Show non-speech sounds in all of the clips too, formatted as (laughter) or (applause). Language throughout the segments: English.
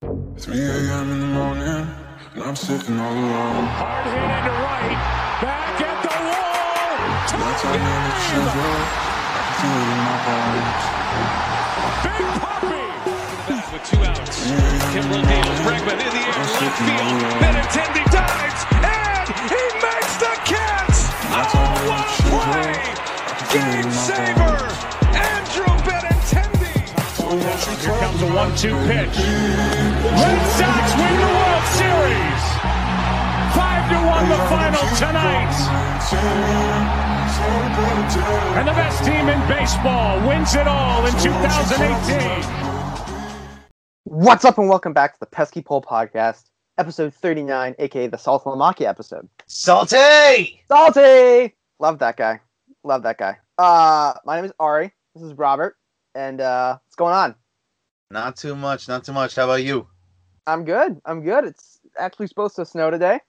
3 a.m. in the morning, and I'm sick and all alone. Hard hit into right. Back at the wall. That's how man it shows up. I can feel it in my bones. Big Poppy. back with two outs. 3 a.m. in Kimbrel the deals morning, Bregman in the air, I'm left sick and all field. alone. Benintendi dives, and he makes the catch. That's Oh, all I what a want. play! Give me Game my saver, Andrew Benintendi. Here comes a one-two pitch. Red Sox win the World Series. Five to one the final tonight. And the best team in baseball wins it all in 2018. What's up, and welcome back to the Pesky Pole Podcast, episode 39, aka the Salt Lamaki episode. Salty! Salty! Love that guy. Love that guy. Uh, my name is Ari. This is Robert. And uh, what's going on? Not too much, not too much. How about you? I'm good. I'm good. It's actually supposed to snow today.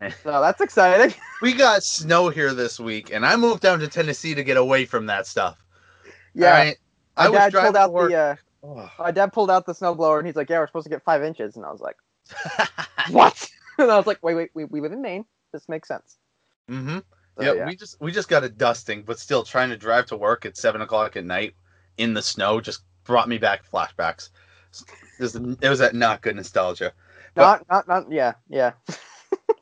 (laughs) So that's exciting. We got snow here this week, and I moved down to Tennessee to get away from that stuff. Yeah. All right? I My was dad driving pulled to out work. the uh, Ugh. my dad pulled out the snowblower and he's like, Yeah, we're supposed to get five inches. And I (laughs) was like, What? (laughs) and I was like, Wait, wait, we, we live in Maine. This makes sense. Mhm. So, yeah, we just we just got a dusting, but still trying to drive to work at seven o'clock at night in the snow just brought me back flashbacks. It was, it was that not good nostalgia. not, not, not, yeah, yeah.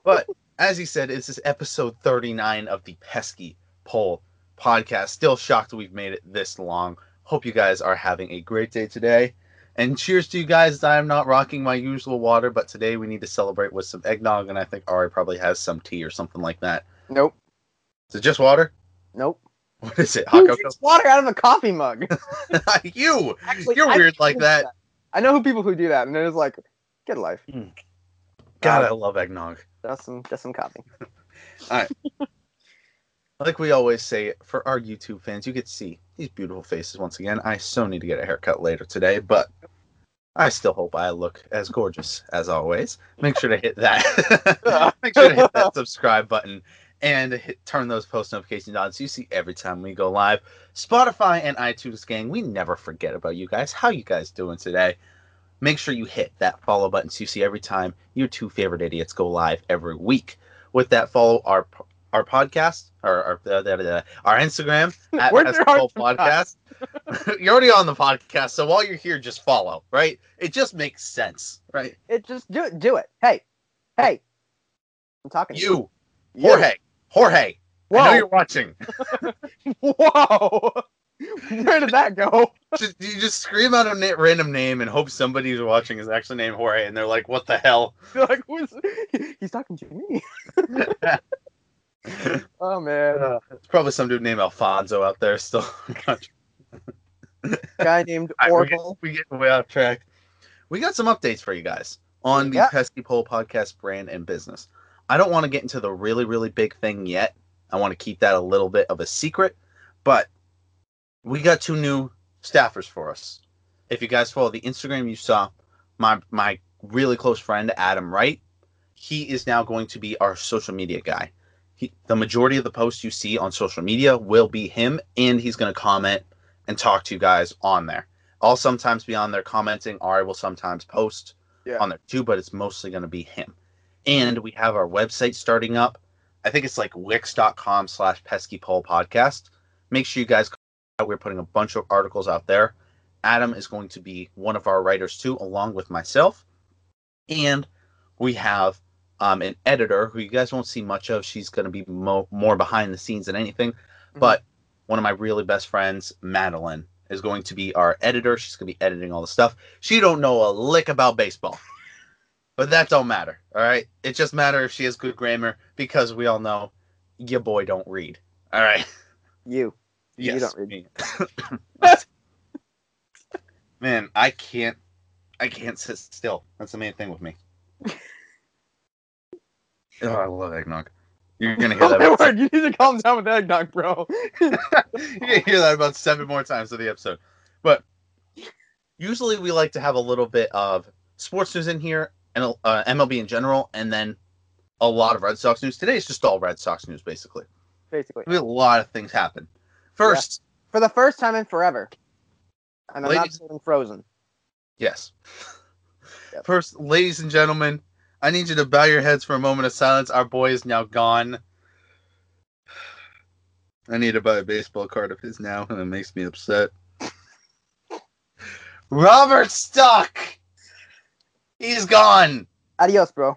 But as he said, this is episode 39 of the Pesky Poll podcast. Still shocked we've made it this long. Hope you guys are having a great day today. And cheers to you guys. I'm not rocking my usual water, but today we need to celebrate with some eggnog, and I think Ari probably has some tea or something like that. Nope, Is it just water? (laughs) nope. What is it? Who Hot drinks water out of a coffee (laughs) mug? cocoa? you! Actually, You're I know weird people like who do that. Hmm. I know people who do that, and it's like, good life. God, I love eggnog. That's some, that's some coffee. Like we always say, for our YouTube fans, you get to see these beautiful faces once again. I so need to get a haircut later today, but I still hope I look as gorgeous as always. Make sure to hit that. (laughs) Make sure to hit that subscribe button and hit, turn those post notifications on so you see every time we go live. Spotify and iTunes gang, we never forget about you guys. How you guys doing today? Make sure you hit that follow button so you see every time your two favorite idiots go live every week. With that, follow our our podcast or our uh, da- da- da- (laughs) our Instagram at Where's your heart Pesco Podcast. (laughs) you're already on the podcast, so while you're here, just follow. Right? It just makes sense, right? It just do it, do it. Hey, hey, I'm talking to You, you. Jorge, Jorge. I know Whoa. you're watching. (laughs) Whoa, (laughs) where did that go? (laughs) just, you just scream out a na- random name and hope somebody who's watching is actually named Jorge, and they're like, "What the hell?" You're like, who's, he's talking to (laughs) me. It's Oh man, Uh, probably some dude named Alfonso out there (laughs) still. (laughs) guy named All right, we get- Oracle. We get, way off track. We got some updates for you guys on the Yeah. Pesky Poll podcast brand and business. I don't want to get into the really, really big thing yet. I want to keep that a little bit of a secret, but we got two new staffers for us. If you guys follow the Instagram, you saw my my really close friend Adam Wright. He is now going to be our social media guy. He, the majority of the posts you see on social media will be him, and he's going to comment and talk to you guys on there. I'll sometimes be on there commenting. Ari will sometimes post Yeah. on there too, but it's mostly going to be him. And we have our website starting up. I think it's like wix.com slash pesky poll podcast. Make sure you guys out. We're putting a bunch of articles out there. Adam is going to be one of our writers too, along with myself. And we have um, an editor who you guys won't see much of. She's going to be mo- more behind the scenes than anything. But one of my really best friends, Madeline, is going to be our editor. She's going to be editing all the stuff. She don't know a lick about baseball, (laughs) but that don't matter. All right, it just matter if she has good grammar because we all know your boy don't read. All right. You, (laughs) You Yes, don't read. me. (laughs) Man, I can't. I can't sit still. That's the main (laughs) thing with me. oh, I love eggnog. (laughs) You're gonna hear oh that. my About, word, you need to calm down with eggnog, bro. you're gonna hear that about seven more times of the episode. But usually we like to have a little bit of sports news in here and uh, MLB in general, and then a lot of Red Sox news. Today is just all Red Sox news, basically. Basically, We had a lot of things happen. First, for the first time in forever, and I'm Ladies- not feeling frozen. Yes. Yep. First, ladies and gentlemen, I need you to bow your heads for a moment of silence. Our boy is now gone. I need to buy a baseball card of his now, and it makes me upset. Robert Stock! He's gone! Adios, bro.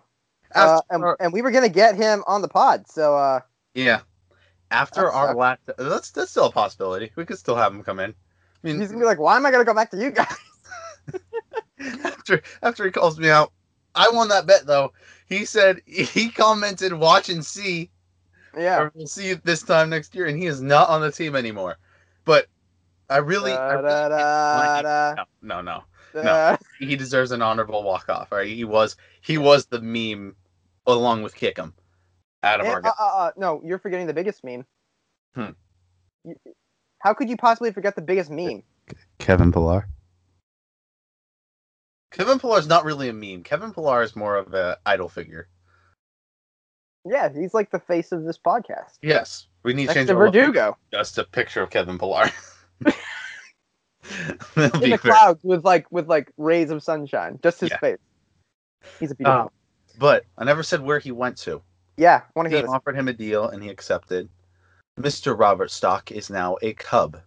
Uh, After and, our- and we were gonna get him on the pod, so uh, yeah. After That our sucks. last. That's, that's still a possibility. We could still have him come in. I mean, he's gonna be like, "Why am I gonna go back to you guys?" (laughs) (laughs) after after he calls me out. I won that bet though. He said he commented, "Watch and see, yeah. or we'll see you this time next year." And he is not on the team anymore. But I really, I really- Da, da, da, no, no, no. da, no. He deserves an honorable walk off. Right? He was he was the meme along with Kickum out of And- our. uh, uh, uh, no, you're forgetting the biggest meme. Hmm. You- How could you possibly forget the biggest meme? Kevin Pillar. Kevin Pillar is not really a meme. Kevin Pillar is more of a idol figure. Yeah, he's like the face of this podcast. Yes, we need to Next change to our logo. Verdugo just a picture of Kevin Pillar. (laughs) That'll in be the fair. clouds with like with like rays of sunshine, just his Yeah. face. He's a beautiful. Uh, But I never said where he went to. yeah, want to He hear this? offered him a deal and he accepted. Mr. Robert Stock is now (laughs) a cub.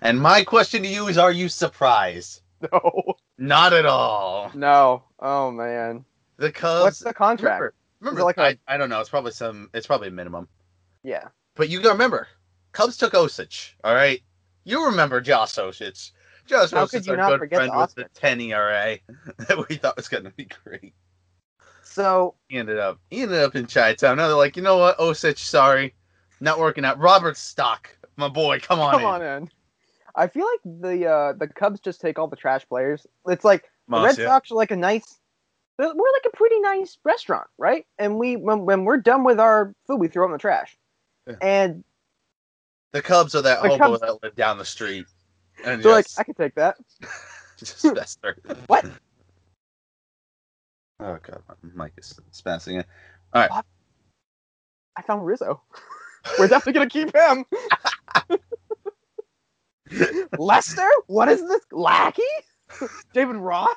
and my question to you is are you surprised? (laughs) No, Not at all. no. Oh man, The what's Cubs the contract? Remember, remember it like I, I don't know, it's probably some it's probably a minimum. Yeah, But you gotta remember, Cubs took Osich. All right, you remember Josh Osich. Josh How could Osich, you our not good forget friend the with the ten ERA (laughs) that we thought was gonna be great. so He ended up he ended up in Chi Town. Now they're like, you know what, Osich, sorry, not working out. Robert Stock, my boy, come on, come in. on in. I feel like the uh, the Cubs just take all the trash players. It's like the Moss, Red yeah. Sox are like a nice. We're we're like a pretty nice restaurant, right? And we when, when we're done with our food, we throw it in the trash. Yeah. And The Cubs are that The hobo Cubs- that lived down the street. And they're just, like, I can take that. (laughs) just fester. (laughs) What? Oh god, my mic is spancing it. All right, I found Rizzo. (laughs) We're definitely gonna keep him. (laughs) Lester? What is this? (laughs) Lackey? David Ross?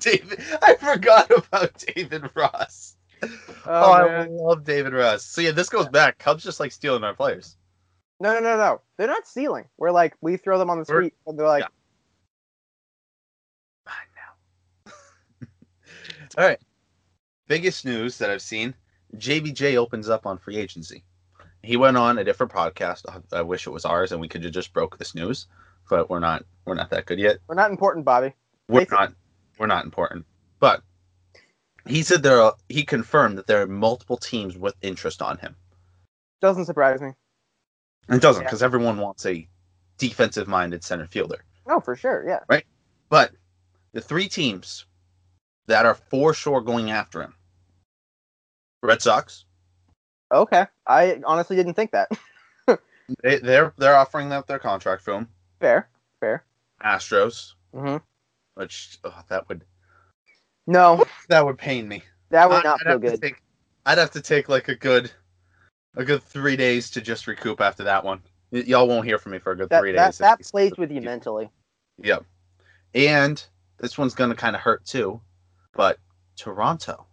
David, I forgot about David Ross. Oh, I love David Ross. So yeah, this goes back. Cubs just like stealing our players. No, no, no, no. They're not stealing. We're like, we throw them on the We're- street, and they're like, I know. All right. Biggest news that I've seen: JBJ opens up on free agency. He went on a different podcast. I- I wish it was ours, and we could have just broke this news, but we're not. We're not that good yet. we're not important, Bobby. We're Basically- not. We're not important. But he said there. Are, he confirmed that there are multiple teams with interest on him. Doesn't surprise me. It doesn't Yeah. because everyone wants a defensive-minded center fielder. No, Oh, for sure. Yeah. But the three teams that are for sure going after him Red Sox, Okay. I honestly didn't think that. (laughs) they, they're they're offering up their contract for him. Fair. Fair. Astros, hmm which oh, that would No, that would pain me. that would not I'd feel have to good. take- I'd have to take like a good a good three days to just recoup after that one. Y- y'all won't hear from me for a good That three that, days. that plays with you mentally. Yep. And this one's gonna kind of hurt too, but Toronto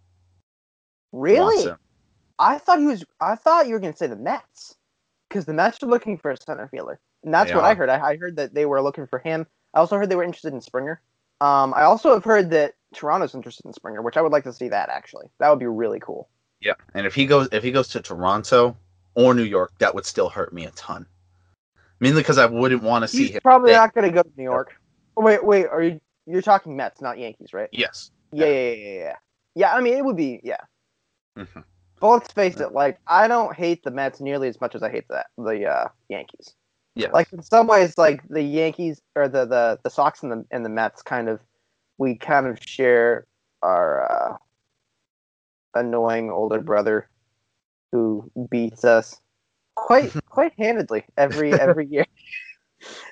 wants Really? him. I thought he was. I thought you were gonna say the Mets, because the Mets are looking for a center fielder, and that's They what are. I heard. I, I heard that they were looking for him. I also heard they were interested in Springer. Um, I also have heard that Toronto's interested in Springer, which I would like to see that actually. That would be really cool. Yeah, and if he goes if he goes to Toronto or New York, that would still hurt me a ton. Mainly because I wouldn't want to see He's him. probably there. not gonna go to New York. Oh, wait, wait. Are you? You're talking Mets, not Yankees, right? Yes. Yeah, yeah, yeah, yeah, yeah. Yeah, I mean, it would be yeah. Mhm. But let's face it, like I don't hate the Mets nearly as much as I hate the the uh, Yankees. Yeah. Like in some ways, like the Yankees or the the the Sox and the and the Mets kind of we kind of share our uh, annoying older brother who beats us (laughs) quite quite handedly every every year.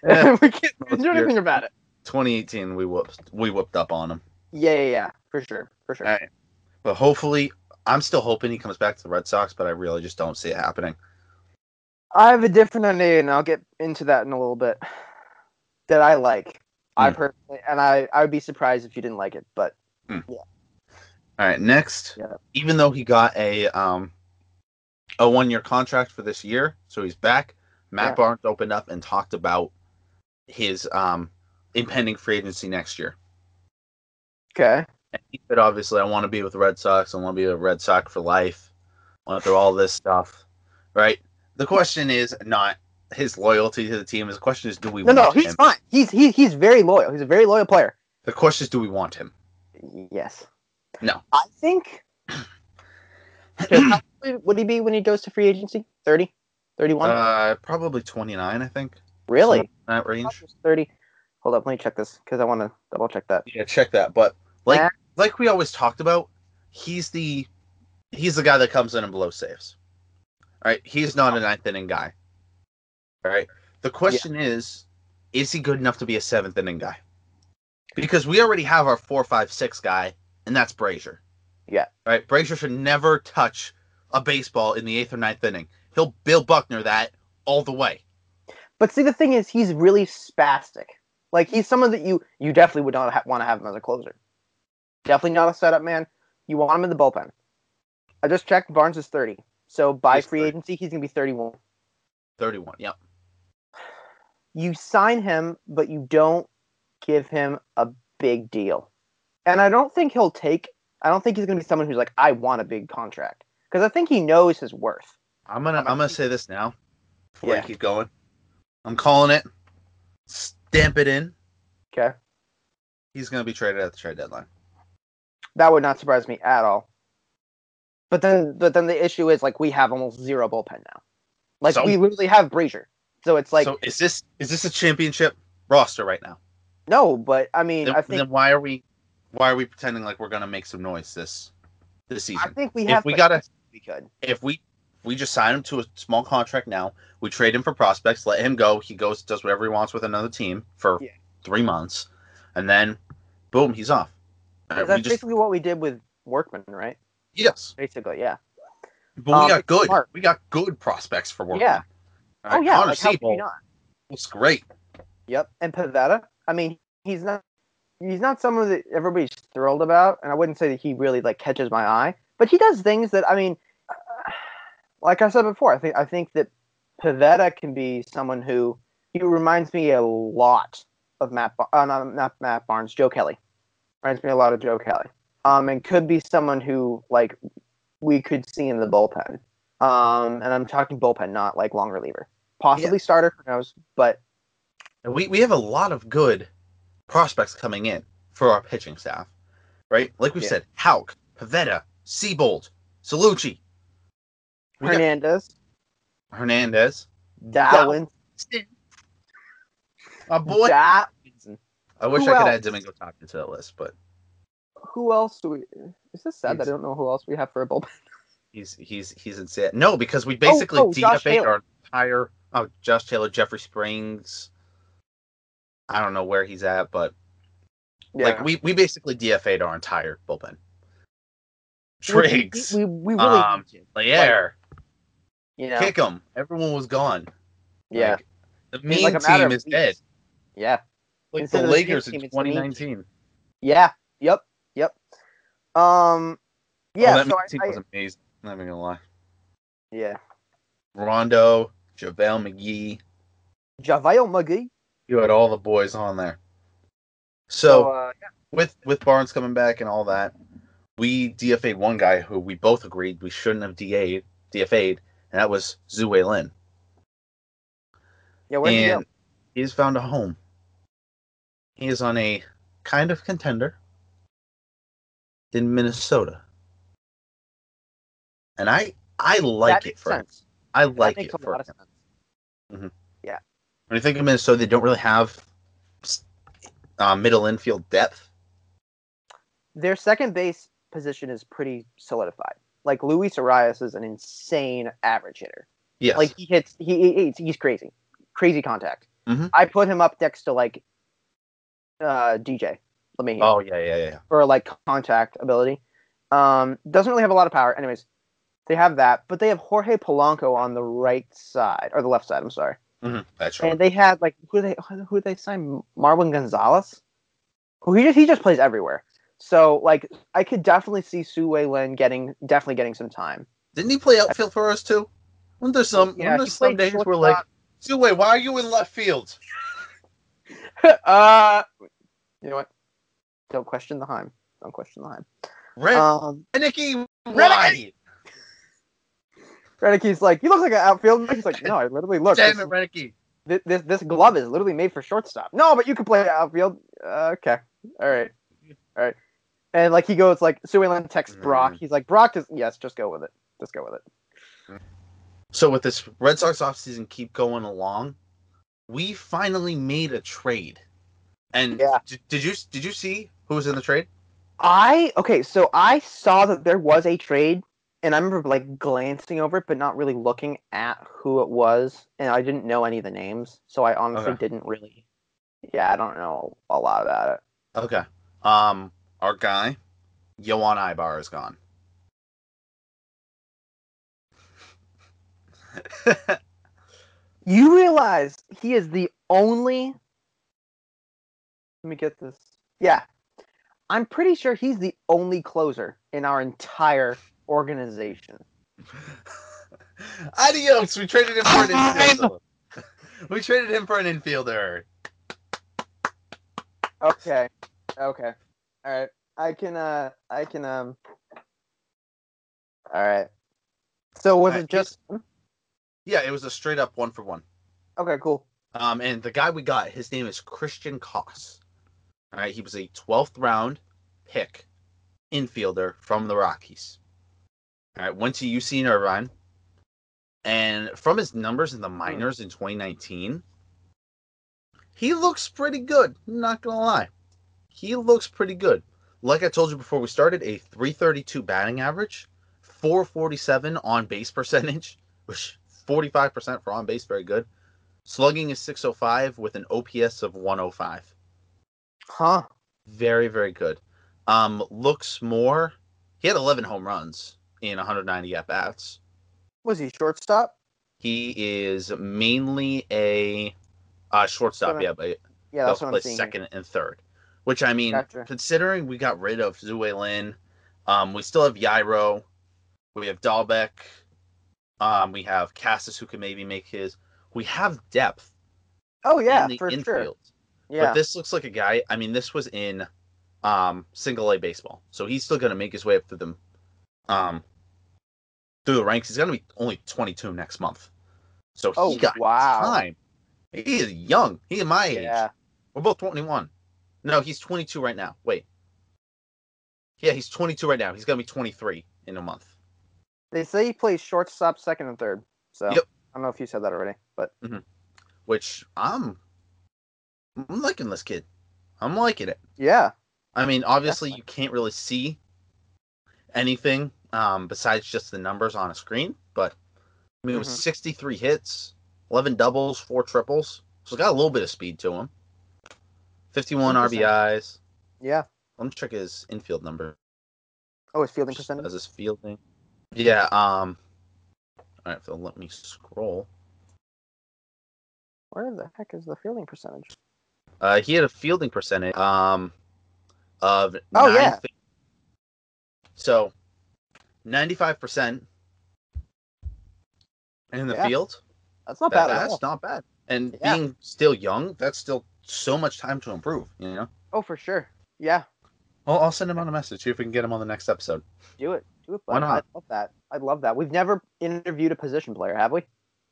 Yeah. (laughs) we can't Most do anything years. about it. 2018 we whooped we whooped up on him. Yeah, yeah, yeah, for sure, for sure. Alright. But hopefully I'm still hoping he comes back to the Red Sox, but I really just don't see it happening. I have a different idea, and I'll get into that in a little bit. That I like. I Hmm. personally, and I, I would be surprised if you didn't like it, but All right, next. Yeah. Even though he got a um a one year contract for this year, so he's back. Matt Yeah. Barnes opened up and talked about his um impending free agency next year. okay. And he said, obviously, I want to be with the Red Sox. I want to be a Red Sox for life. I want to throw all this stuff, right? The question is not his loyalty to the team. The question is, do we No, no, want he's him? fine. He's he, he's very loyal. He's a very loyal player. The question is, do we want him? Yes. No. I think. (clears throat) 'Cause how old would he be when he goes to free agency? 30? 31? Uh, probably 29, I think. really? somewhere in That I thought range. it was 30. Hold up, let me check this because I want to double check that. Yeah, check that. But like Yeah. like we always talked about, he's the he's the guy that comes in and blows saves. All right, he's not a ninth inning guy. All right. The question is, is he good enough to be a seventh inning guy? Because we already have our four, five, six guy, and that's Brazier. Yeah. All right. Brazier should never touch a baseball in the eighth or ninth inning. He'll Bill Buckner that all the way. But see, the thing is, he's really spastic. Like he's someone that you you definitely would not ha- want to have him as a closer. Definitely not a setup man. You want him in the bullpen. I just checked. Barnes is 30. So by He's free 30. agency, he's gonna be 31. Thirty-one. Yep. you sign him, but you don't give him a big deal. And I don't think he'll take. I don't think he's going to be someone who's like, I want a big contract because I think he knows his worth. I'm gonna I'm gonna say this now before Yeah. you keep going. I'm calling it. Stamp it in. Okay, He's gonna be traded at the trade deadline. that would not surprise me at all. But then, but then the issue is like we have almost zero bullpen now. Like So- we literally have Brazier, so it's like so is this is this a championship roster right now? no. But I mean, Then, I think then why are we why are we pretending like we're gonna make some noise this this I season? think we if have. we to- gotta- we could. If we if we just sign him to a small contract now, we trade him for prospects, let him go, he goes does whatever he wants with another team for Yeah. three months, and then boom, he's off. Uh, That's we just- basically what we did with Workman, right? yes. Basically, yeah. But Um, we got it's good. smart. We got good prospects for work. Yeah. All right, oh yeah, Connor like, how could Siebel you not? looks great. Yep, and Pavetta. I mean, he's not he's not someone that everybody's thrilled about, and I wouldn't say that he really like catches my eye, but he does things that I mean, uh, like I said before, I think I think that Pavetta can be someone who he reminds me a lot of Matt, Bar- uh, not, not Matt Barnes, Joe Kelly. Reminds me a lot of Joe Kelly. Um, and could be someone who like we could see in the bullpen. Um, and I'm talking bullpen, not like long reliever, possibly starter, who knows? But And we, we have a lot of good prospects coming in for our pitching staff, right? Like we Yeah. said, Hauk, Pavetta, Siebold, Salucci, We got- Hernandez. Hernandez, Darwin. my boy. Da- I wish who I could else? add Domingo Toppin to that list, but who else do we? Is this sad that Yes. I don't know who else we have for a bullpen? he's he's he's insane. No, because we basically oh, Josh DFA'd Taylor. our entire oh Josh Taylor, Jeffrey Springs. I don't know where he's at, but (laughs) Like we we basically DFA'd our entire bullpen. Triggs, We, we, we really. um, Lair, you know. kick him. Everyone was gone. yeah. Like, the mean, mean like, a matter team of is weeks. dead. yeah. Like Instead the of the mean Lakers team, in it's the mean 2019. Yeah. Yep. Yep. Um. oh, Yeah. that so mean I, team I- was amazing. I'm not even gonna lie. yeah. Rondo, JaVale McGee, Javale McGee. you had all the boys on there. so So uh, with with Barnes coming back and all that, we DFA'd one guy who we both agreed we shouldn't have DA'd, DFA'd, and that was Zue Lin. yeah. Where did he go? and he's found a home. He is on a kind of contender in Minnesota, and I I like that it makes for him. sense. I That like it makes a for lot him. of sense. When you think of Minnesota, they don't really have uh, middle infield depth. Their second base position is pretty solidified. Like Luis Arias is an insane average hitter. Yes, Like he hits, he, he he's- he's crazy, crazy contact. Mhm. I put him up next to like uh, DJ Lemayhew oh yeah, yeah, yeah, yeah. for like contact ability. Um, doesn't really have a lot of power. Anyways, they have that, but they have Jorge Polanco on the right side or the left side. I'm sorry. Mhm, That's right. and they had like who they who they signed Marwin Gonzalez, who he just he just plays everywhere. So like I could definitely see Su Wei Lin getting definitely getting some time. Didn't he play outfield for us too? When there's some, Yeah, when he there's some played days we're shortstop. like, Zue, why are you in left field? (laughs) uh, you know what? Don't question the Heim. Don't question the Heim. Red Um, Nicky, why? Renicky! Renicky's like, you look like an outfielder. He's like, no, I literally look. Damn This, it, Renicky. thi- this this glove is literally made for shortstop. No, but you could play outfield. Uh, okay, all right, all right. And like he goes like Sue Lin texts Brock. Mm. He's like, Brock is yes, just go with it. Just go with it. So with this Red Sox offseason keep going along, we finally made a trade. And Yeah. d- did you did you see who was in the trade? I okay, so I saw that there was a trade, and I remember like glancing over it, but not really looking at who it was, and I didn't know any of the names, so I honestly Okay. didn't really. Yeah, I don't know a lot about it. Okay. Um, our guy, Yohan Ibar, is gone. (laughs) You realize he is the only. Let me get this. Yeah, I'm pretty sure he's the only closer in our entire organization. Adios. We traded him for (laughs) an infielder. we traded him for an infielder. Okay. Okay. All right. I can uh I can um All right. So was Alright, it just Yeah, it was a straight up one for one. Okay, cool. Um, and the guy we got, his name is Christian Koss. All right, he was a 12th round pick infielder from the Rockies. All right, went to UC Irvine, and from his numbers in the minors in 2019, he looks pretty good. Not gonna lie, he looks pretty good. Like I told you before we started, a 332 batting average, 447 on base percentage, which 45% for on base, very good. Slugging is 605 with an OPS of 105. Huh. Very, very good. Um, looks more. He had 11 home runs in 190 at bats. Was he shortstop? He is mainly a uh, shortstop, Seven. yeah, but Yeah, that's they'll what I'm play seeing. second and third. Which I mean, Gotcha. considering we got rid of Zue Lin, um, we still have Yairo, we have Dahlbeck, um, we have Cassis who can maybe make his. We have depth Oh yeah, in the for sure. infield. Yeah. But this looks like a guy. I mean, this was in um, single A baseball, so he's still going to make his way up through them, um, through the ranks. He's going to be only 22 next month, so he Oh, got wow. time. He is young. He is my age. yeah. We're both 21. No, he's 22 right now. Wait. Yeah, he's 22 right now. He's going to be 23 in a month. They say he plays shortstop, second and third. So Yep. I don't know if you said that already, but Which I'm, I'm liking this kid. I'm liking it. yeah. I mean, obviously you can't really see anything um, besides just the numbers on a screen, but I mean, it was Mhm. 63 hits, 11 doubles, four triples. So it's got a little bit of speed to him. 51 Interesting. RBIs. Yeah. Let me check his infield number Oh, his fielding percentage. as his fielding. Yeah. Um. All right. So let me scroll. Where the heck is the fielding percentage? Uh, he had a fielding percentage um of Oh, nine yeah. fi- so ninety five percent in the Yeah. field. That's not That- bad at that's all. not bad. And Yeah. being still young, that's still so much time to improve. You know. Oh, for sure. Yeah. Well, I'll send him on a message. See if we can get him on the next episode. Do it. Do it. bud. Why not? I love that. I love that. We've never interviewed a position player, have we?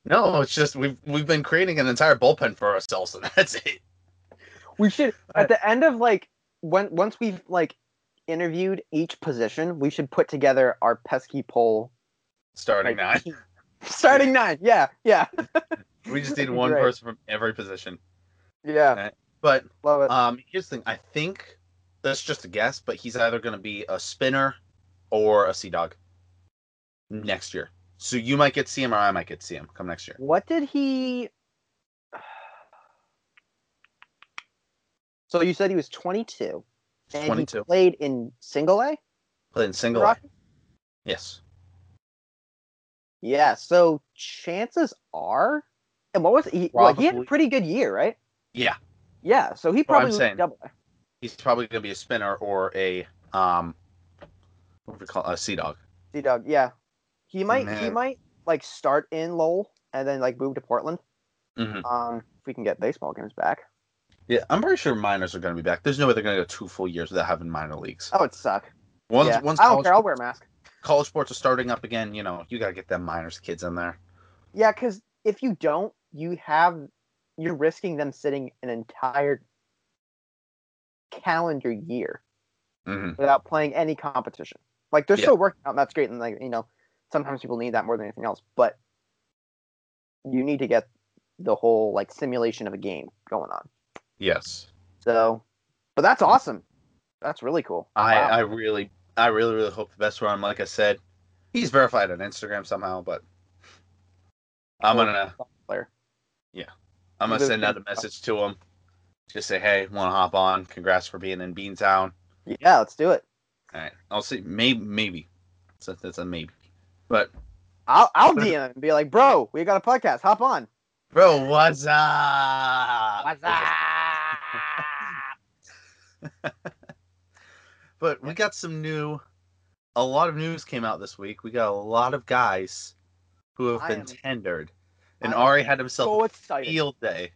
No, it's just we've we've been creating an entire bullpen for ourselves, and (laughs) that's it. We should Alright. at the end of like when once we've like interviewed each position, we should put together our pesky poll Starting nine. Like, starting nine. Yeah, yeah, We (laughs) just need That'd be one great. person from every position. yeah. But Love it. um, here's the thing. I think that's just a guess, but he's either going to be a spinner or a sea dog next year. So you might get see him, or I might get see him come next year. what did he? So you said he was 22, and he 22. played in single A. Playing single. A. Rocky? Yes. Yeah. So chances are And what was he? Well, he had a Probably. pretty good year, right? Yeah, Yeah, so he Well, I'm probably was saying- double. A. he's probably going to be a spinner or a um, what do we call it? a sea dog. D Dog, yeah, he might he Man. might like start in Lowell and then like move to Portland. hmm Um, if we can get baseball games back, Yeah, I'm pretty sure minors are going to be back. There's no way they're going to go two full years without having minor leagues. that would suck. Once, Oh, yeah. once I don't college, care. I'll wear a mask. college sports are starting up again, you know, you got to get them minors kids in there. Yeah, because if you don't, you have you're risking them sitting an entire calendar year hmm without playing any competition. Like they're Yeah. still working out, and that's great, and like you know, sometimes people need that more than anything else. But you need to get the whole like simulation of a game going on. Yes. So, but that's awesome. That's really cool. I, Wow. I really, I really, really hope the best for him. Like I said, he's verified on Instagram somehow, but I'm Cool. gonna, player. I'm gonna He's a- send out a message to him. Just say, hey, want to hop on? Congrats for being in Beantown. Yeah, let's do it. All right, I'll see. Maybe, maybe. So that's a maybe. But I'll I'll DM him and be like, bro, we got a podcast. Hop on. bro, what's up? What's up? But we got some new. A lot of news came out this week. We got a lot of guys who have I been am- tendered, and I am Ari had himself So a excited. field day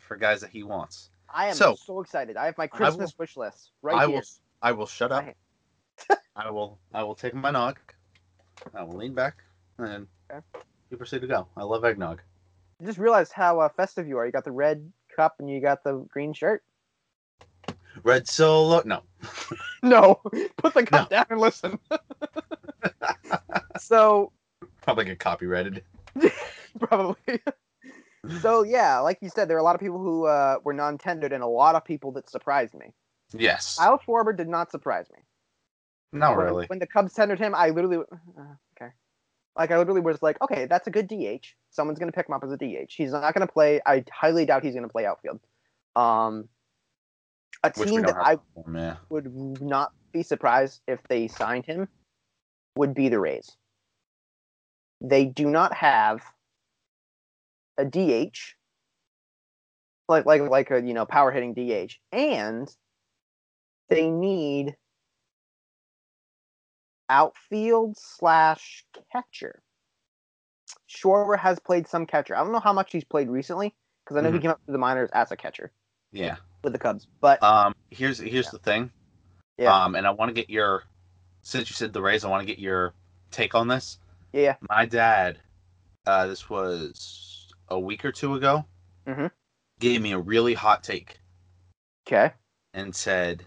for guys that he wants. I am So- so, excited. I have my Christmas wish list right I here. will. I will shut up. Right. (laughs) I will. I will take my nog. I will lean back and Okay. you proceed to go. I love eggnog. I just realized how uh, festive you are. You got the red cup and you got the green shirt. Red Solo. No. (laughs) No, (laughs) put the cup down and (laughs) listen. so (laughs) Probably get copyrighted. probably. so yeah, like you said, there are a lot of people who uh, were non-tendered and a lot of people that surprised me. Yes. Al Schwarber did not surprise me. Not when, really. When the Cubs tendered him, I literally uh, okay, like I literally was like, okay, that's a good DH. Someone's gonna pick him up as a DH. He's not gonna play. I highly doubt he's gonna play outfield. Um, a Which we team that don't have I platform, yeah. would not be surprised if they signed him would be the Rays. They do not have a DH, like like like a you know power hitting DH, and they need outfield slash catcher. Schwarber has played some catcher. I don't know how much he's played recently because I know he Mm-hmm. came up to the minors as a catcher Yeah. with the Cubs, but Um. Here's here's the thing. Yeah. Um. And I want to get your, since you said the Rays, I want to get your take on this. yeah, my dad uh, this was a week or two ago Mhm. gave me a really hot take okay, and said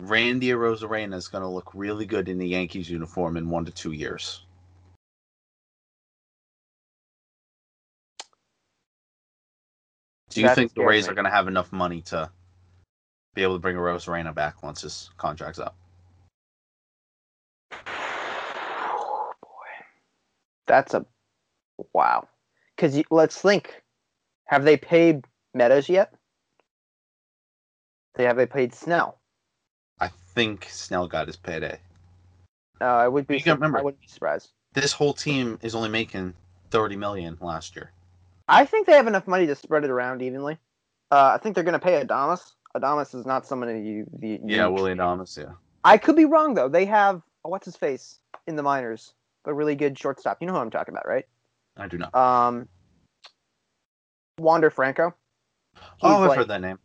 randy rosarena is going to look really good in the yankees uniform in one to two years do you That think the scares rays me. are going to have enough money to be able to bring rosarena back once his contract's up that's a wow. Because let's think, have they paid Meadows yet? They have they paid Snell. i think snell got his payday Uh, I would be. You can't sur- remember. I wouldn't be surprised. this whole team is only making 30 million last year I think they have enough money to spread it around evenly. Uh, I think they're going to pay Adamas. Adamas is not someone that you. The, you- Yeah, Willie Adamas. Yeah, I could be wrong though. They have oh, what's his face in the minors, a really good shortstop. You know who I'm talking about, right? I do not. Um, Wander Franco. oh, I've like- heard that name.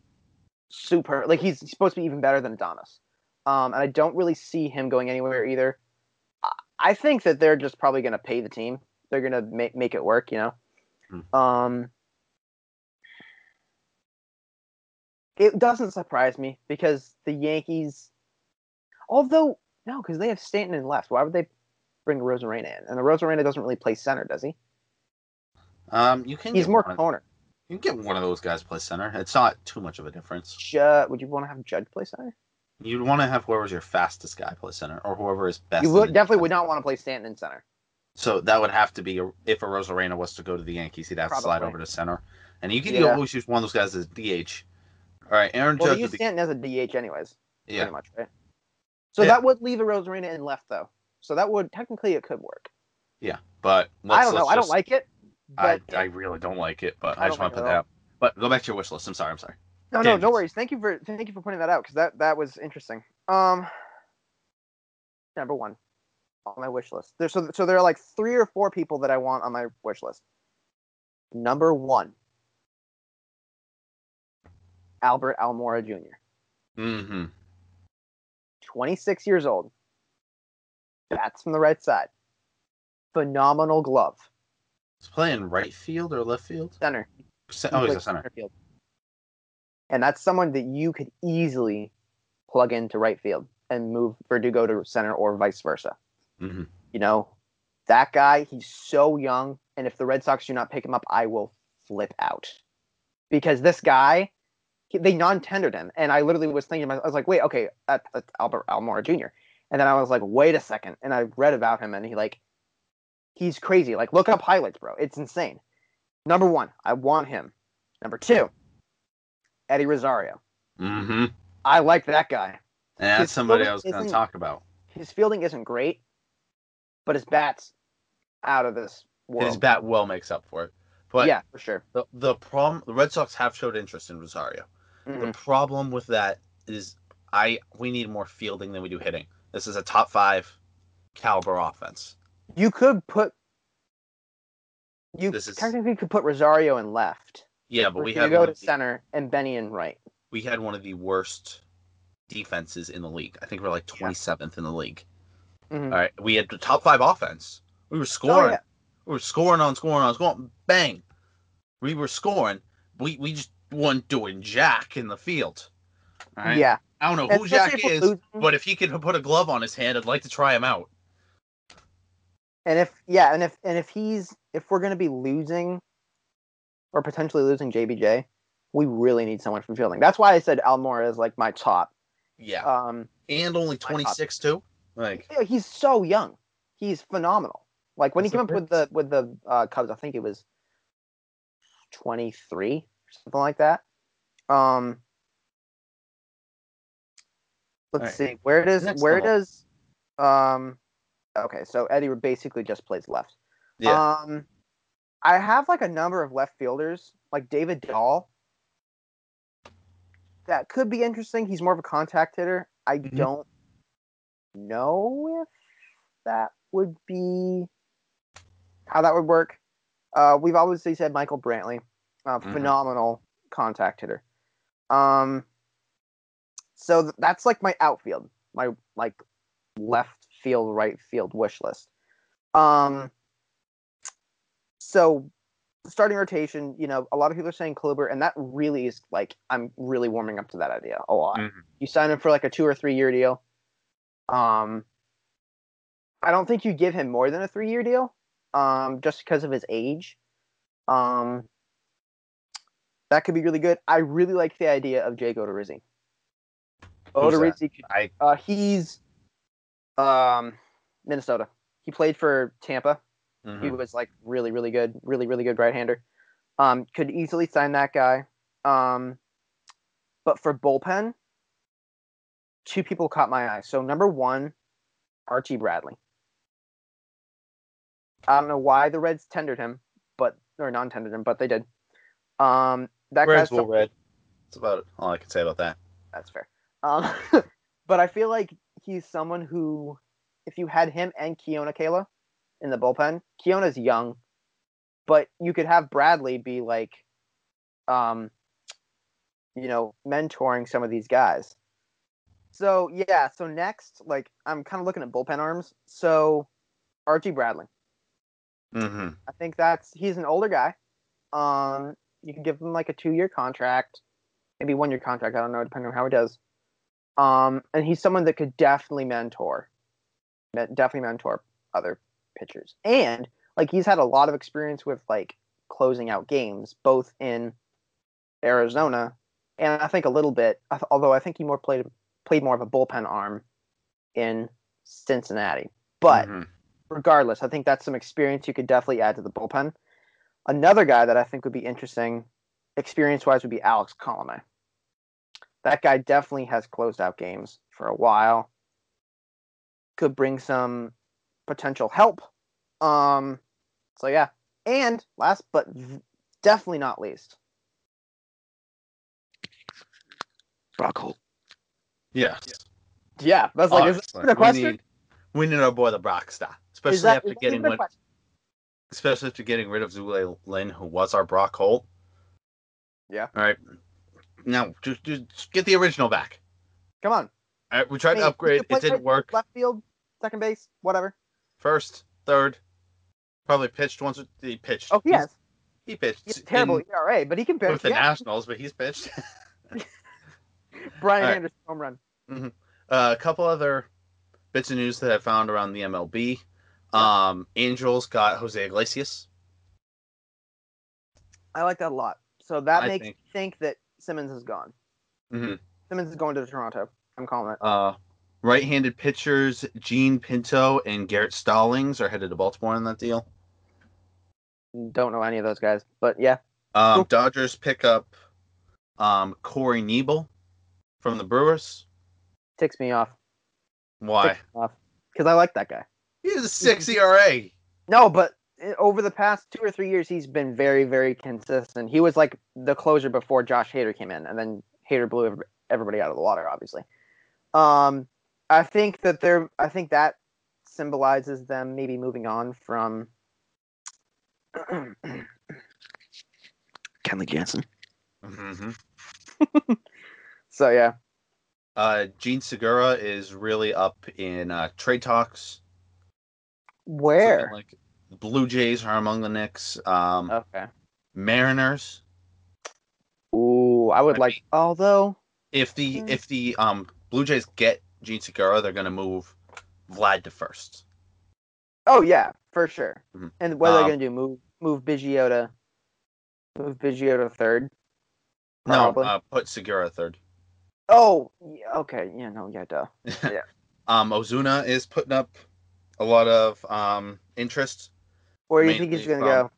super. Like he's supposed to be even better than Adonis. Um, and I don't really see him going anywhere either. I- I think that they're just probably going to pay the team. They're going to make make it work, you know. Um, it doesn't surprise me because the Yankees, although no, because they have Stanton in left. Why would they bring Rosarena in? And the Rosarena doesn't really play center, does he? Um, you can He's get more one, corner. you can get one of those guys play center. It's not too much of a difference. Ju- would you want to have Judge play center? You'd want to have whoever's your fastest guy play center, or whoever is best. You in would the definitely defense. would not want to play Stanton in center. So that would have to be a, if a Rosarena was to go to the Yankees, he'd have to slide Probably. over to center, and you could Yeah. always use one of those guys as DH. All right, Aaron Well, Judge they use would be Stanton as a DH, anyways. yeah. Pretty much, right? So Yeah. that would leave a Rosarina in left, though. So that would technically it could work. Yeah, but I don't know. let's I don't just- like it, I, But I really don't like it, but I, I just don't want to put like it that at out. But go back to your wish list. I'm sorry. I'm sorry. no, no, no Daniels. worries. Thank you for thank you for pointing that out because that that was interesting. Um, number one on my wish list. There's so so there are like three or four people that I want on my wish list. Number one, Albert Almora Jr. Mm-hmm. 26 years old. Bats from the right side. Phenomenal glove. He's playing right field or left field? Center. Ce- He Oh, he's a plays center. field. And that's someone that you could easily plug into right field and move Verdugo to center or vice versa. Mhm. You know, that guy, he's so young. And if the Red Sox do not pick him up, I will flip out. Because this guy, he, they non tendered him. And I literally was thinking, to myself- I was like, wait, okay, that, that's Albert Almora Jr. And then I was like, wait a second. And I read about him and he, like, he's crazy. Like, look up highlights, bro. It's insane. Number one, I want him. Number two, Eddie Rosario. Mm-hmm. And I like that guy. that's His somebody I was footing going to isn't- talk about. His fielding isn't great, but his bat's out of this world. His bat well makes up for it. But yeah, for sure. the, the problem, the Red Sox have showed interest in Rosario. The Mhm. problem with that is I we need more fielding than we do hitting. This is a top five caliber offense. You could put. You This is- technically could put Rosario in left. Yeah, but we you had go one to of the, center and Benny in right. we had one of the worst defenses in the league. I think we're like twenty seventh in the league. Mhm. All right, we had the top five offense. We were scoring. Oh, yeah. We were scoring on scoring on scoring. Bang, we were scoring. We we just weren't doing jack in the field. All right? Yeah, I don't know And who especially Jack if we're is, losing. but if he could put a glove on his hand, I'd like to try him out. and if yeah, and if and if he's if we're gonna be losing, or potentially losing JBJ, we really need someone from fielding. That's why I said Almora is like my top. Yeah. Um, and only My God. 26 too. Like Yeah, he's so young. He's phenomenal. Like when he That's came up the with the with the uh, Cubs, I think it was twenty three, something like that. Um, let's see where does Next where level. does um okay so Eddie basically just plays left. yeah, Um, I have like a number of left fielders, like David Dahl. That could be interesting. He's more of a contact hitter. I Mhm. don't know if that would be how that would work. Uh, we've obviously said Michael Brantley, uh, Mhm. phenomenal contact hitter. Um, so th- that's like my outfield, my like left field, right field wish list. Um, so starting rotation, you know, a lot of people are saying Kluber, and that really is like I'm really warming up to that idea a lot. Mhm. You sign him for like a two or three year deal. Um, I don't think you give him more than a three year deal, um, just because of his age. Um, that could be really good. I really like the idea of Jay Odorizzi. Who's that? Odorizzi, could- I- uh, he's um, Minnesota. He played for Tampa he mhm. was like really really good really really good right hander um could easily sign that guy um but for bullpen two people caught my eye so number one archie bradley i don't know why the reds tendered him but or non-tendered him but they did um that Reds guy's will red. That's about all I can say about that. that's fair. Um, (laughs) but I feel like he's someone who, if you had him and Keona Kayla in the bullpen, Keona's young, but you could have Bradley be like, um, you know, mentoring some of these guys. So yeah, so next, like I'm kind of looking at bullpen arms. So Archie Bradley, hmm I think that's he's an older guy. Um, you can give him like a two-year contract, maybe one-year contract. I don't know, depending on how he does. Um, and he's someone that could definitely mentor, men- definitely mentor other pitchers. And like he's had a lot of experience with like closing out games, both in Arizona and I think a little bit. I th- Although I think he more played played more of a bullpen arm in Cincinnati, Mm-hmm. but regardless, I think that's some experience you could definitely add to the bullpen. Another guy that I think would be interesting, experience wise, would be Alex Colomay. That guy definitely has closed out games for a while. Could bring some potential help. Um, so yeah, And last but v- definitely not least, Brock Holt. Yeah. yeah, that's like, is that even a question? We need, we need our boy the Brockstar, especially Is that- after is that getting even a rid, question? especially after getting rid of Zule Lynn, who was our Brock Holt. Yeah. All right. Now just, just get the original back. Come on. All right, we tried Hey, to upgrade. play It didn't right- work. Left field, second base, whatever. First, third, probably pitched once. or- He pitched. Oh, he He's- has. He pitched. He's terrible in- ERA, but he can with pitch. the Yeah, Nationals, but he's pitched. Brian all right. Anderson home run. (laughs) Uh, a couple other bits of news that I found around the MLB. Um, Angels got Jose Iglesias. I like that a lot. So that I makes think- me think that Simmons is gone. Mhm. Simmons is going to Toronto. I'm calling it. Uh, right-handed pitchers Gene Pinto and Garrett Stallings are headed to Baltimore in that deal. Don't know any of those guys, but yeah, Um, Cool. Dodgers pick up um, Corey Nebel from the Brewers. ticks me off. Why? Ticks me off because I like that guy. He's a Mm-hmm. six ERA. No, but eh, over the past two or three years, he's been very, very consistent. He was like the closer before Josh Hader came in, and then Hader blew ev- everybody out of the water. Obviously, um, I think that they're. I think that symbolizes them maybe moving on from. Kenley Jansen. Mm-hmm. So yeah, Uh, Gene Segura is really up in uh, trade talks. Something where? Like the Blue Jays are among the Knicks. Um, Okay. Mariners. Ooh, I would I like. Although If the Mm. if the um Blue Jays get Gene Segura, they're gonna move Vlad to first. Oh yeah, for sure. Mhm. And what are they Um, going to do? Move move Biggio to move Biggio to third? No, uh, put Segura third. oh, yeah, okay. Yeah, no, yeah, duh. Um, Ozuna is putting up a lot of um interest. Where do you think he's going Mainly to go? from-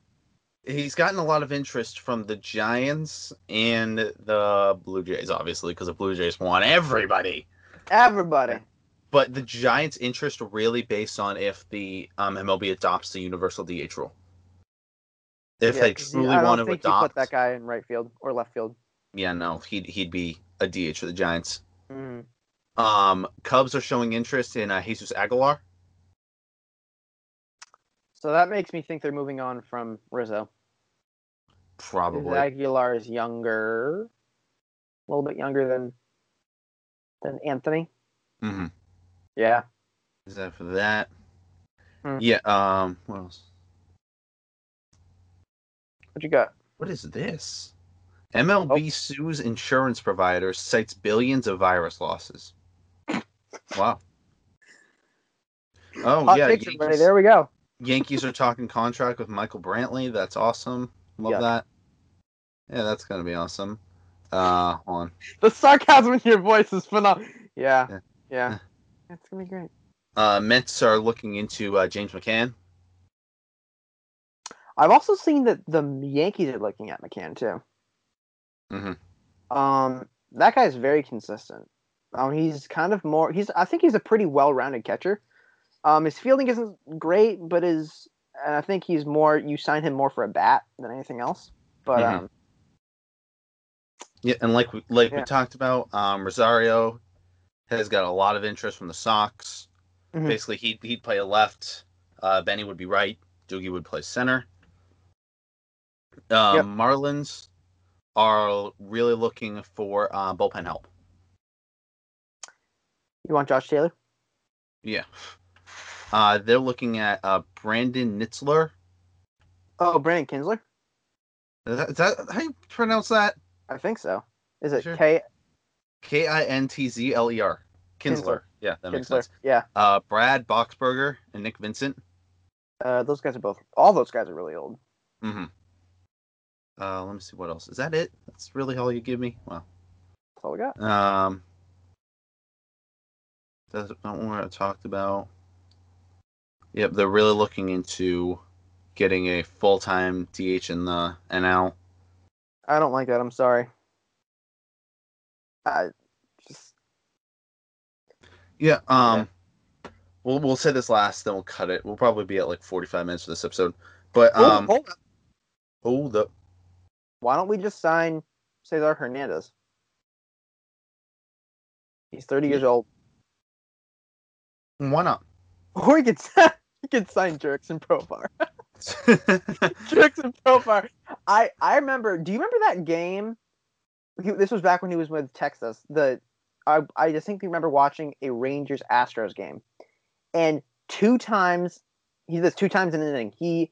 He's gotten a lot of interest from the Giants and the Blue Jays, obviously, because the Blue Jays want everybody. Everybody. But the Giants' interest really based on if the um, MLB adopts the universal DH rule. If Yeah, they 'cause truly I don't want to think adopt, you put that guy in right field or left field. yeah, no, he'd he'd be a DH for the Giants. Mm. Um, Cubs are showing interest in uh, Jesus Aguilar. So that makes me think they're moving on from Rizzo. Probably. Aguilar is younger, a little bit younger than than Anthony. Mhm. Yeah. Is that for that? Hmm. Yeah. Um. What else? What you got? What is this? Oh. MLB sues insurance providers, cites billions of virus losses. Wow. Oh Hot yeah, picture, buddy. Yankees- There we go. Yankees are talking contract with Michael Brantley. That's awesome. Love Yuck. that. Yeah, that's gonna be awesome. Uh, hold on. The sarcasm in your voice is phenomenal. Yeah. Yeah. Yeah. Yeah. That's going to be great. Uh, Mets are looking into uh, James McCann. I've also seen that the Yankees are looking at McCann too. Mhm. Um, that guy's very consistent. Um, he's kind of more. He's. I think he's a pretty well-rounded catcher. Um, his fielding isn't great, but his. And I think he's more. You sign him more for a bat than anything else. But Mhm. um, Yeah, and like we, like we Yeah. talked about, um, Rosario has got a lot of interest from the Sox. Mhm. Basically, he'd he'd play left. Uh, Benny would be right. Doogie would play center. Um, Yep. Marlins are really looking for uh, bullpen help. you want Josh Taylor? Yeah. Uh, they're looking at uh, Brandon Nitzler. Oh, Brandon Kinsler. Is that, is that how you pronounce that? I think so. Is it Sure. K K I N T Z L E R. Kinsler. Kinsler. Yeah, that makes Kinsler? sense. Yeah. Uh, Brad Boxberger and Nick Vincent. Uh, those guys are both. All those guys are really old. Mm-hmm. Uh, let me see what else. Is that it? That's really all you give me? Wow. That's all we got. Um, that's not what I talked about. Yep, they're really looking into getting a full time DH in the NL. I don't like that. I'm sorry. I just Yeah. Um. We'll we'll say this last, then we'll cut it. We'll probably be at like forty five minutes for this episode. But um, hold, up. hold up. Why don't we just sign Cesar Hernandez? He's 30 years old. (laughs) Why not? (laughs) Or he could, s- he could sign Jerks and Profar. Jerks and Profar. I, I remember, do you remember that game? He- this was back when he was with Texas. The I, I distinctly remember watching a Rangers Astros game. And two times, he this two times in an inning, he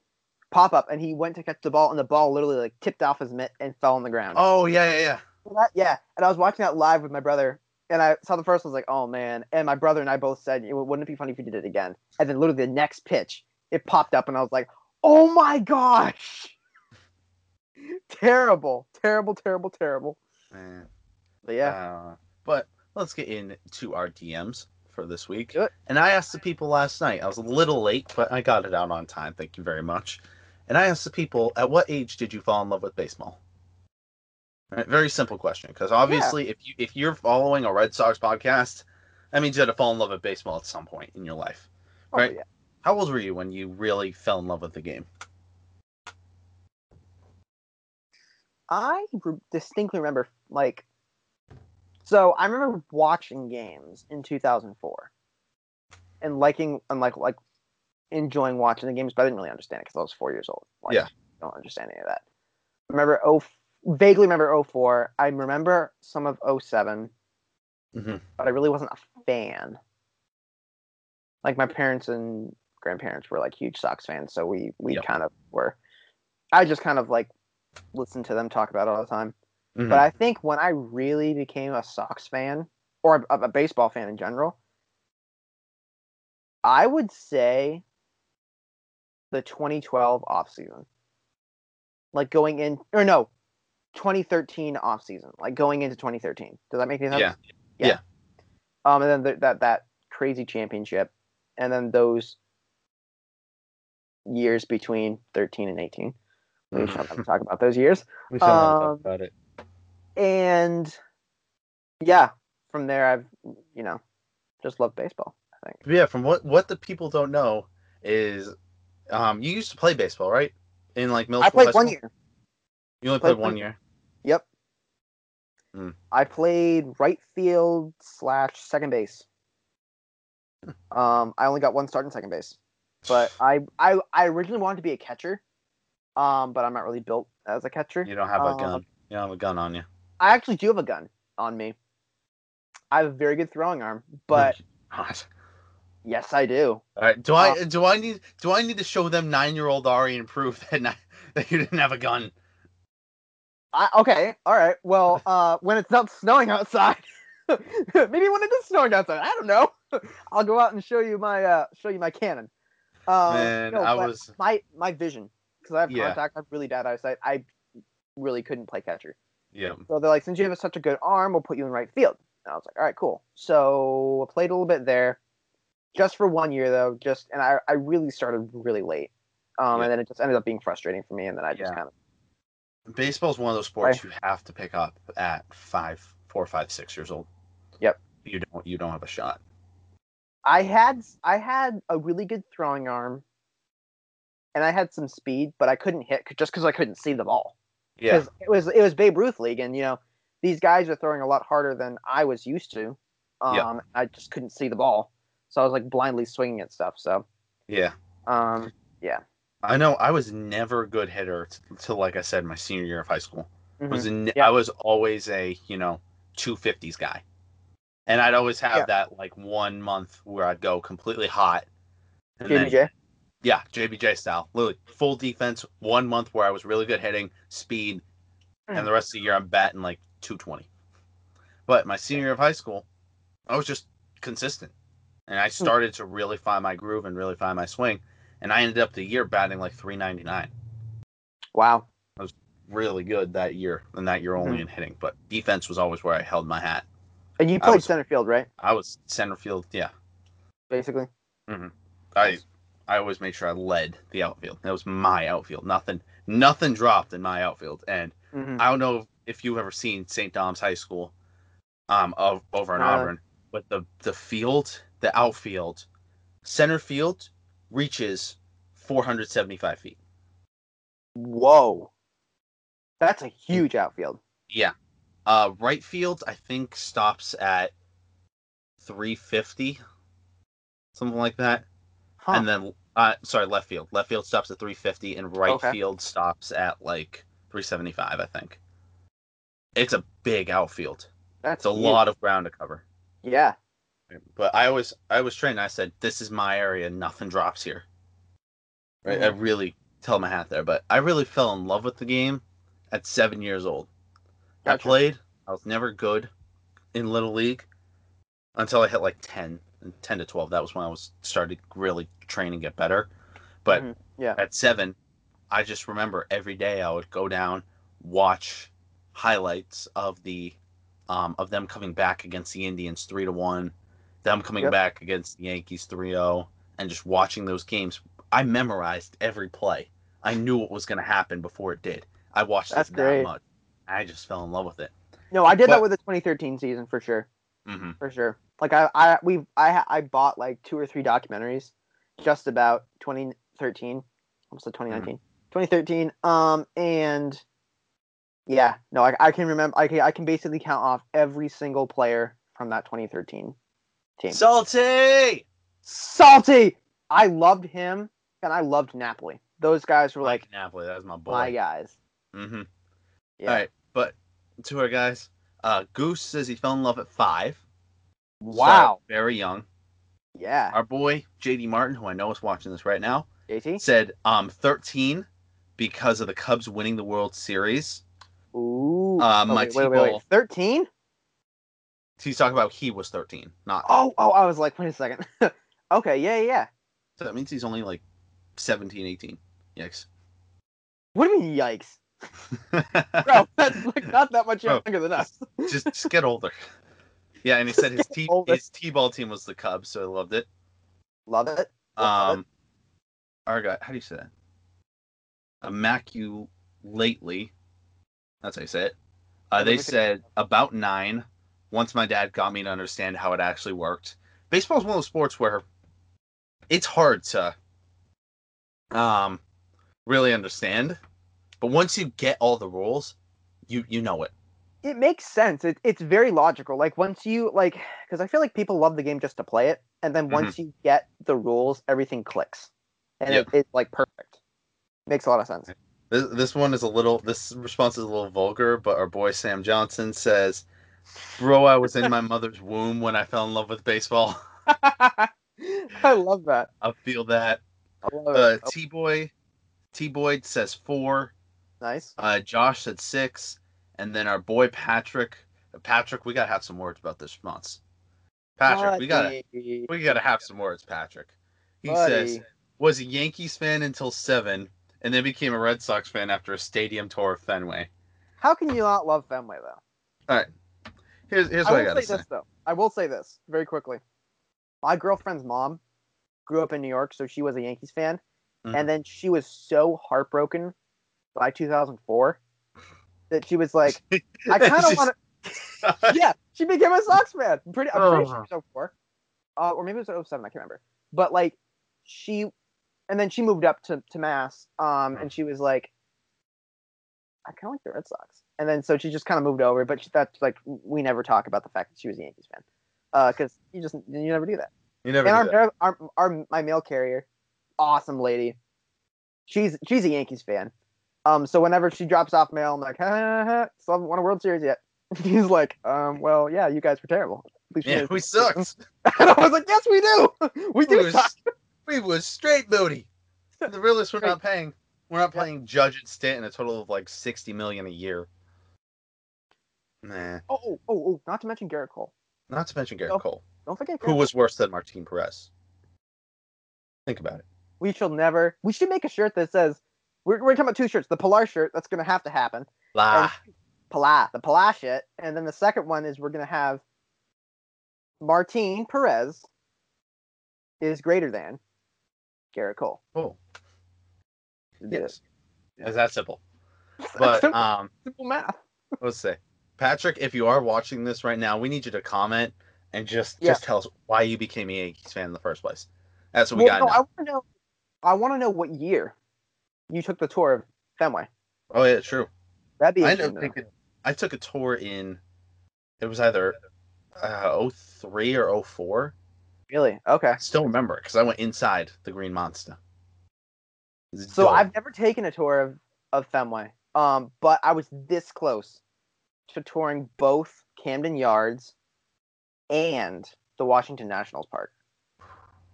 pop up and he went to catch the ball, and the ball literally like tipped off his mitt and fell on the ground. oh yeah, yeah, yeah. That- yeah, and I was watching that live with my brother, and I saw the first one. I was like, "Oh man!" And my brother and I both said, "It wouldn't it be funny if you did it again?" And then literally the next pitch, it popped up, and I was like, "Oh my gosh!" (laughs) terrible, terrible, terrible, terrible. Man. But yeah, Uh, but let's get into our DMs for this week. Do it. And I asked the people last night. I was a little late, but I got it out on time. Thank you very much. And I asked the people, at what age did you fall in love with baseball? All right, very simple question, because obviously, if you if you're following a Red Sox podcast, that means you had to fall in love with baseball at some point in your life. Oh, right. yeah. How old were you when you really fell in love with the game? I re- distinctly remember like, so I remember watching games in 2004, and liking and like like enjoying watching the games, but I didn't really understand it because I was four years old. Like, Yeah. don't understand any of that. Remember oh, vaguely remember 04. I remember some of 7 Mhm. but I really wasn't a fan. Like my parents and grandparents were like huge Sox fans, so we we Yeah. kind of were. I just kind of like listened to them talk about it all the time. Mhm. But I think when I really became a Sox fan or a, a baseball fan in general, I would say the 2012 offseason. Like going in, or no, 2013 offseason. Like going into 2013. Does that make any sense? Yeah. Yeah. Um, and then th- that that crazy championship, and then those years between 13 and 18. We're not Mm-hmm. going to talk about those years We shall not talk Um, about it. and yeah, from there I've you know just loved baseball. I think Yeah, from what what the people don't know is, um, you used to play baseball, right? In like middle I school, high played one school? year. You only Played played one one year. Yep. Hmm. I played right field slash second base. Um, I only got one start in second base, but I I I originally wanted to be a catcher, um, but I'm not really built as a catcher. You don't have a Um, gun. You don't have a gun on you. (laughs) I actually do have a gun on me. I have a very good throwing arm, but God. yes, I do. All right. Do Uh, I do I need do I need to show them nine year old Ari and prove (laughs) that not, that you didn't have a gun? I, okay, all right. (laughs) Well, uh, when it's not snowing outside, (laughs) maybe when it is snowing outside, I don't know. (laughs) I'll go out and show you my uh, show you my cannon. Um, Man, no, I but was. my my vision because I have Yeah. contact. I have really bad eyesight. I really couldn't play catcher. Yeah. So they're like, since you have such a good arm, we'll put you in right field. And I was like, all right, cool. So I played a little bit there, just for one year though. Just and I I really started really late. Um, Yeah. and then it just ended up being frustrating for me, and then I just Yeah. kind of Baseball's one of those sports you have to pick up at five, four, five, six years old. Yep. You don't you don't have a shot. I had I had a really good throwing arm, and I had some speed, but I couldn't hit c- just because I couldn't see the ball. Yeah. it was it was Babe Ruth league, and you know these guys are throwing a lot harder than I was used to. Um, Yeah. I just couldn't see the ball, so I was like blindly swinging at stuff. So, Yeah. um, I know I was never a good hitter until, like I said, my senior year of high school. mhm. Was in, Yeah. I was always a you know two fifties guy, and I'd always have Yeah. that like one month where I'd go completely hot. And then- JBJ? yeah, JBJ style, literally full defense. One month where I was really good hitting, speed, Mm. and the rest of the year I'm batting like two twenty. But my senior year of high school, I was just consistent, and Hmm. I started to really find my groove and really find my swing, and I ended up the year batting like three ninety nine wow, really good that year, and that year only in hitting. But defense was always where I held my hat. and you I played was- center field, right? I was center field. Yeah, Basically, I I always made sure I led the outfield. That was my outfield. Nothing nothing dropped in my outfield. And Mhm. I don't know if you've ever seen St. Dom's High School, um, of over in Uh. Auburn, but the the field, the outfield, center field reaches 475 feet. Whoa, that's a huge outfield. Yeah. Uh, right field, I think, stops at 350, something like that. Huh. And then, uh, sorry, left field. Left field stops at 350, and right Okay. field stops at like 375, I think. It's a big outfield. that's It's a huge. lot of ground to cover. Yeah, But I always, I always trained. I said, "This is my area. Nothing drops here." Right. Mm-hmm. I really tell my hat there, but I really fell in love with the game at seven years old. I Gotcha. played. I was never good in little league until I hit like ten and ten to twelve. That was when I was started really training and get better. But Mhm. yeah. at seven, I just remember every day I would go down, watch highlights of the um, of them coming back against the Indians three to one, them coming Yep. back against the Yankees 3-0, and just watching those games. I memorized every play. I knew what was going to happen before it did. I watched That's it great. that much. I just fell in love with it. No, I did But- that with the 2013 season for sure. hmm for sure. Like I, I, we, I, I bought like two or three documentaries, just about 2013, almost Mm-hmm. 2019, 2013. Um, and yeah, no, I, I can remember. I can, I can basically count off every single player from that 2013 team. Salty. Salty, I loved him, and I loved Napoli. Those guys were Like like Napoli, that was my Oh, boy. my guys. Mm-hmm. Yeah. All right, but to our guys, uh, Goose says he fell in love at five. Wow. So, very young. Yeah. Our boy JD Martin, who I know is watching this right now, JT. said um 13 because of the Cubs winning the World Series. Ooh. Uh, my wait, wait, wait, T-ball- wait. 13. He's talking about he was 13, not. Oh, oh, I was like, wait a second. (laughs) okay, yeah, yeah, yeah. So that means he's only like 17, 18. Yikes. (laughs) What do you mean, yikes? (laughs) Bro, that's like not that much Bro. younger than us. just, just get older. Yeah, and he (laughs) said his T older. his T-ball team was the Cubs, so I loved it. Love it. Love Um, our guy, how do you say that? Immaculately. That's how you say it. Uh, Let they me see. said about nine. Once my dad got me to understand how it actually worked. Baseball's one of those sports where it's hard to um really understand, but once you get all the rules, you you know it. It makes sense. It, it's very logical. Like once you like, because I feel like people love the game just to play it, and then once you get the rules, everything clicks, and Yep. it, it's like perfect. Makes a lot of sense. (laughs) This, this one is a little. This response is a little vulgar, but our boy Sam Johnson says, "Bro, I was in my mother's womb when I fell in love with baseball. I love that. I feel that." I love Uh, it. Oh, T boy, T boy says four. nice. Uh, Josh said six, and then our boy Patrick. uh, Patrick, we gotta have some words about this response. Patrick, we gotta Buddy. we gotta have some words, Patrick. He says Buddy. was a Yankees fan until seven, and then became a Red Sox fan after a stadium tour of Fenway. How can you not love Fenway though? Here's here's I what I, will gotta say, say. this though. I will say this very quickly. My girlfriend's mom grew up in New York, so she was a Yankees fan, Mhm. and then she was so heartbroken by (laughs) 2004 that she was like, "I kind of She's- want to." (laughs) yeah, she became a Sox fan. I'm pretty, I'm pretty Oh. sure it was 04, uh, or maybe it was 07. I can't remember. But like, she, and then she moved up to to Mass, um, and she was like, "I kind of like the Red Sox." And then so she just kind of moved over, but she, that's like we never talk about the fact that she was a Yankees fan, because you just you never do that You never and do our, that. mail- our, our my mail carrier, awesome lady. She's she's a Yankees fan. Um, so whenever she drops off mail, I'm like, ha, ha, ha, still haven't won a World Series yet. (laughs) He's like, um, well, yeah, you guys were terrible. At least we Yeah, didn't- we sucked. (laughs) And I was like, yes, we do. (laughs) we We do. was, suck. (laughs) we was straight booty. The realest we're not paying. We're not Yeah. playing Judge and Stanton a total of like sixty million a year. Nah. Oh, oh, oh, oh, not to mention Garrett Cole. Not to mention Garrett No. Cole, Don't forget who Garrett. was worse than Martin Perez. Think about it. we shall never. We should make a shirt that says. We're, we're talking about two shirts. The Pilar shirt, that's going to have to happen. La. Pilar, the Pilar shit. And then the second one is we're going to have Martin Perez is greater than Garrett Cole. Cool. Just do Yes. It's (laughs) that simple. it. But simple, um simple math. let's say. Patrick, if you are watching this right now, we need you to comment and just Yeah. just tell us why you became a Yankees fan in the first place. That's what we Well, got. no, I want to know. I want to know what year you took the tour of Fenway. Oh yeah, true. That'd be I interesting. ended up though. taking, I took a tour in. It was either uh, 03 or 04. Really? Okay. I still remember because I went inside the Green Monster. It's So dope. I've never taken a tour of, of Fenway, um, but I was this close to touring both Camden Yards and the Washington Nationals Park.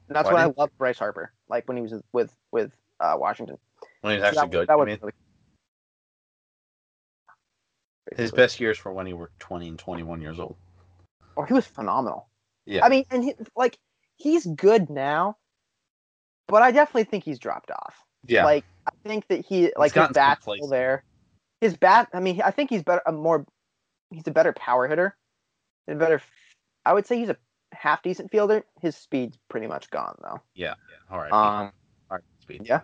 And that's Why when I didn't- loved Bryce Harper, like when he was with with uh, Washington. when he was So actually that, good. That I was mean, really his best years were when he were 20 and 21 years old. Or Oh, he was phenomenal. Yeah. I mean, and he, like he's good now, but I definitely think he's dropped off. Yeah, Like I think that he like his gotten some bat's place. still there. His bat. I mean, I think he's better. A more. He's a better power hitter. A better. I would say he's a half decent fielder. His speed's pretty much gone though. all right. Um. all right, speed. yeah.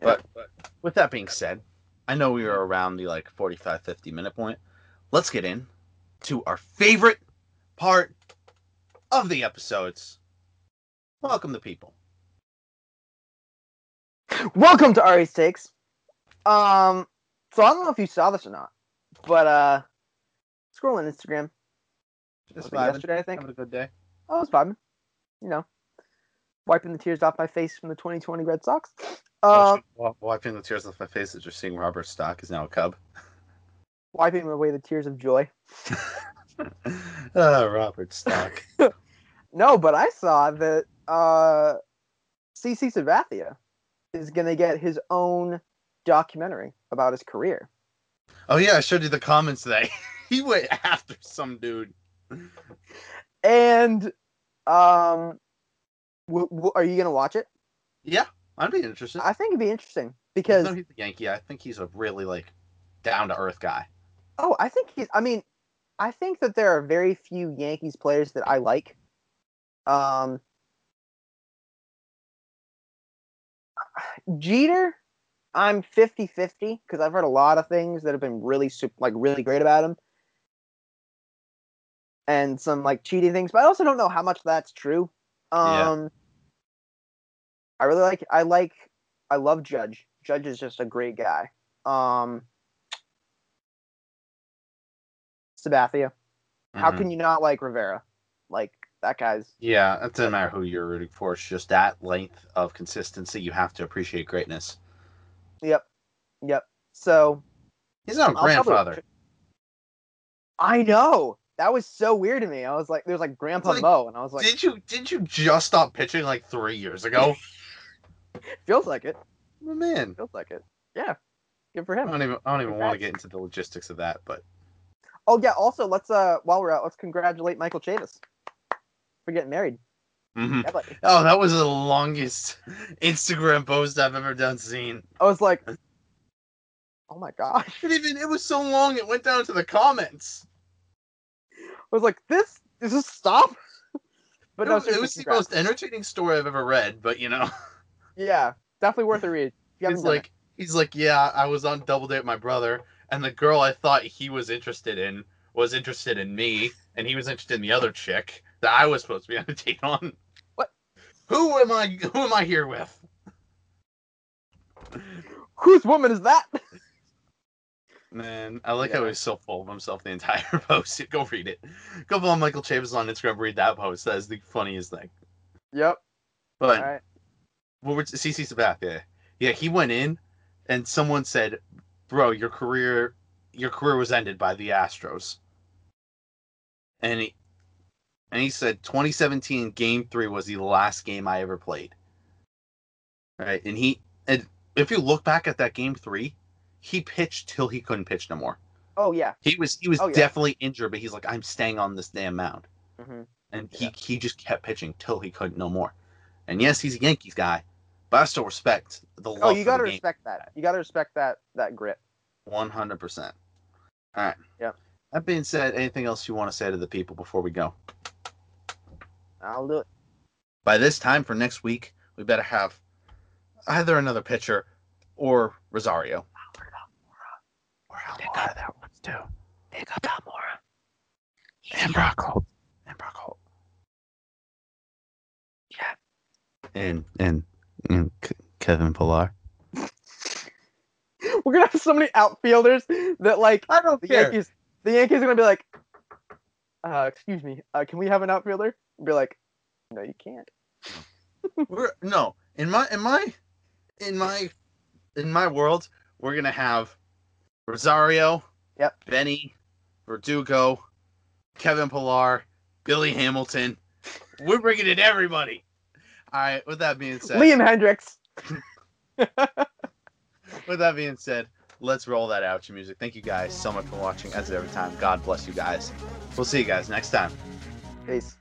But, but with that being said, I know we were around the like 45, 50 minute point. Let's get in to our favorite part of the episodes. Welcome the people. Um, Welcome to RE Takes. Um. So I don't know if you saw this or not, but uh, scrolling Instagram Just was it vibing, yesterday, I think. Oh, having a good day. I was vibing. You know, wiping the tears off my face from the 2020 Red Sox. Oh, Um, Wiping- Wiping the tears off my face as you're seeing Robert Stock is now a Cub. (laughs) wiping away the tears of joy. Ah, (laughs) Robert Stock. No, but I saw that uh, CC Sabathia is going to get his own documentary about his career. oh yeah, I showed you the comments today. (laughs) he went after some dude. And um, w- w- are you going to watch it? Yeah, I'd be interested. I think it'd be interesting Even because though he's a Yankee, I think he's a really like down to earth guy. Oh, I think he's. I mean, I think that there are very few Yankees players that I like. Um, Jeter, I'm 50 50 because I've heard a lot of things that have been really, sup- like, really great about him and some, like, cheating things, but I also don't know how much that's true. Yeah. Um, I really like, I like, I love Judge. Judge is just a great guy. Um, Sabathia. How Mhm. can you not like Rivera? Like that guy's Yeah, it doesn't matter who you're rooting for. It's just that length of consistency. You have to appreciate greatness. Yep. Yep. So He's not a I'll grandfather. probably- I know. That was so weird to me. I was like there was like Grandpa It's like- Mo and I was like did you did you just stop pitching like three (laughs) years ago? feels like it. Oh, Man, Feels like it. Yeah. Good for I him. don't even I don't even want to get into the logistics of that, but Oh yeah, also let's uh while we're out, let's congratulate Michael Chavis for getting married. Mhm. Yeah, buddy. oh, that was the longest (laughs) Instagram post I've ever done. Seen. I was like Oh my gosh. It even it was so long it went down to the comments. I was like, this is this stop? (laughs) But it, no, was, it seriously, was the congrats. most entertaining story I've ever read, but you know, Yeah. Definitely worth a read. If you haven't he's done like he's like, yeah, I was on double date with my brother, and the girl I thought he was interested in was interested in me, and he was interested in the other chick that I was supposed to be (laughs) on a date on. What? Who am I? Who am I here with? it. whose woman is that? (laughs) Man, I like how Yeah. he's so full of himself the entire (laughs) post. Go read it. Go follow Michael Chavis on Instagram. Read that post. That is the funniest thing. yep. But All right. what were CC Sabathia? Yeah, he went in, and someone said, "Bro, your career, your career was ended by the Astros." And he, and he said, "2017 Game Three was the last game I ever played." Right, and he, and if you look back at that Game Three, he pitched till he couldn't pitch no more. Oh yeah. He was he was Oh, yeah. definitely injured, but he's like, "I'm staying on this damn mound." hmm and Yeah. he, he just kept pitching till he couldn't no more. And yes, he's a Yankees guy, but I still respect the love Oh, you for gotta the game. respect that. You gotta respect that that grit. One hundred percent. All right. Yep. That being said, anything else you want to say to the people before we go? I'll do it. By this time for next week, we better have either another pitcher or Rosario. Or Pick Almora. up That one's too. Pick up Almora. And Brock Holt. And Brock Holt. Yeah. And and and K- Kevin Pillar. We're gonna have so many outfielders that like I don't the care. Yankees. The Yankees are gonna be like, uh, excuse me, uh, can we have an outfielder? And be like, no, you can't. We're no in my in my in my in my world. We're gonna have Rosario, Yep. Benny, Verdugo, Kevin Pillar, Billy Hamilton. We're bringing in everybody. All right. With that being said, Liam Hendricks. with that being said, let's roll that out to music. Thank you guys so much for watching. As every time, God bless you guys. We'll see you guys next time. Peace.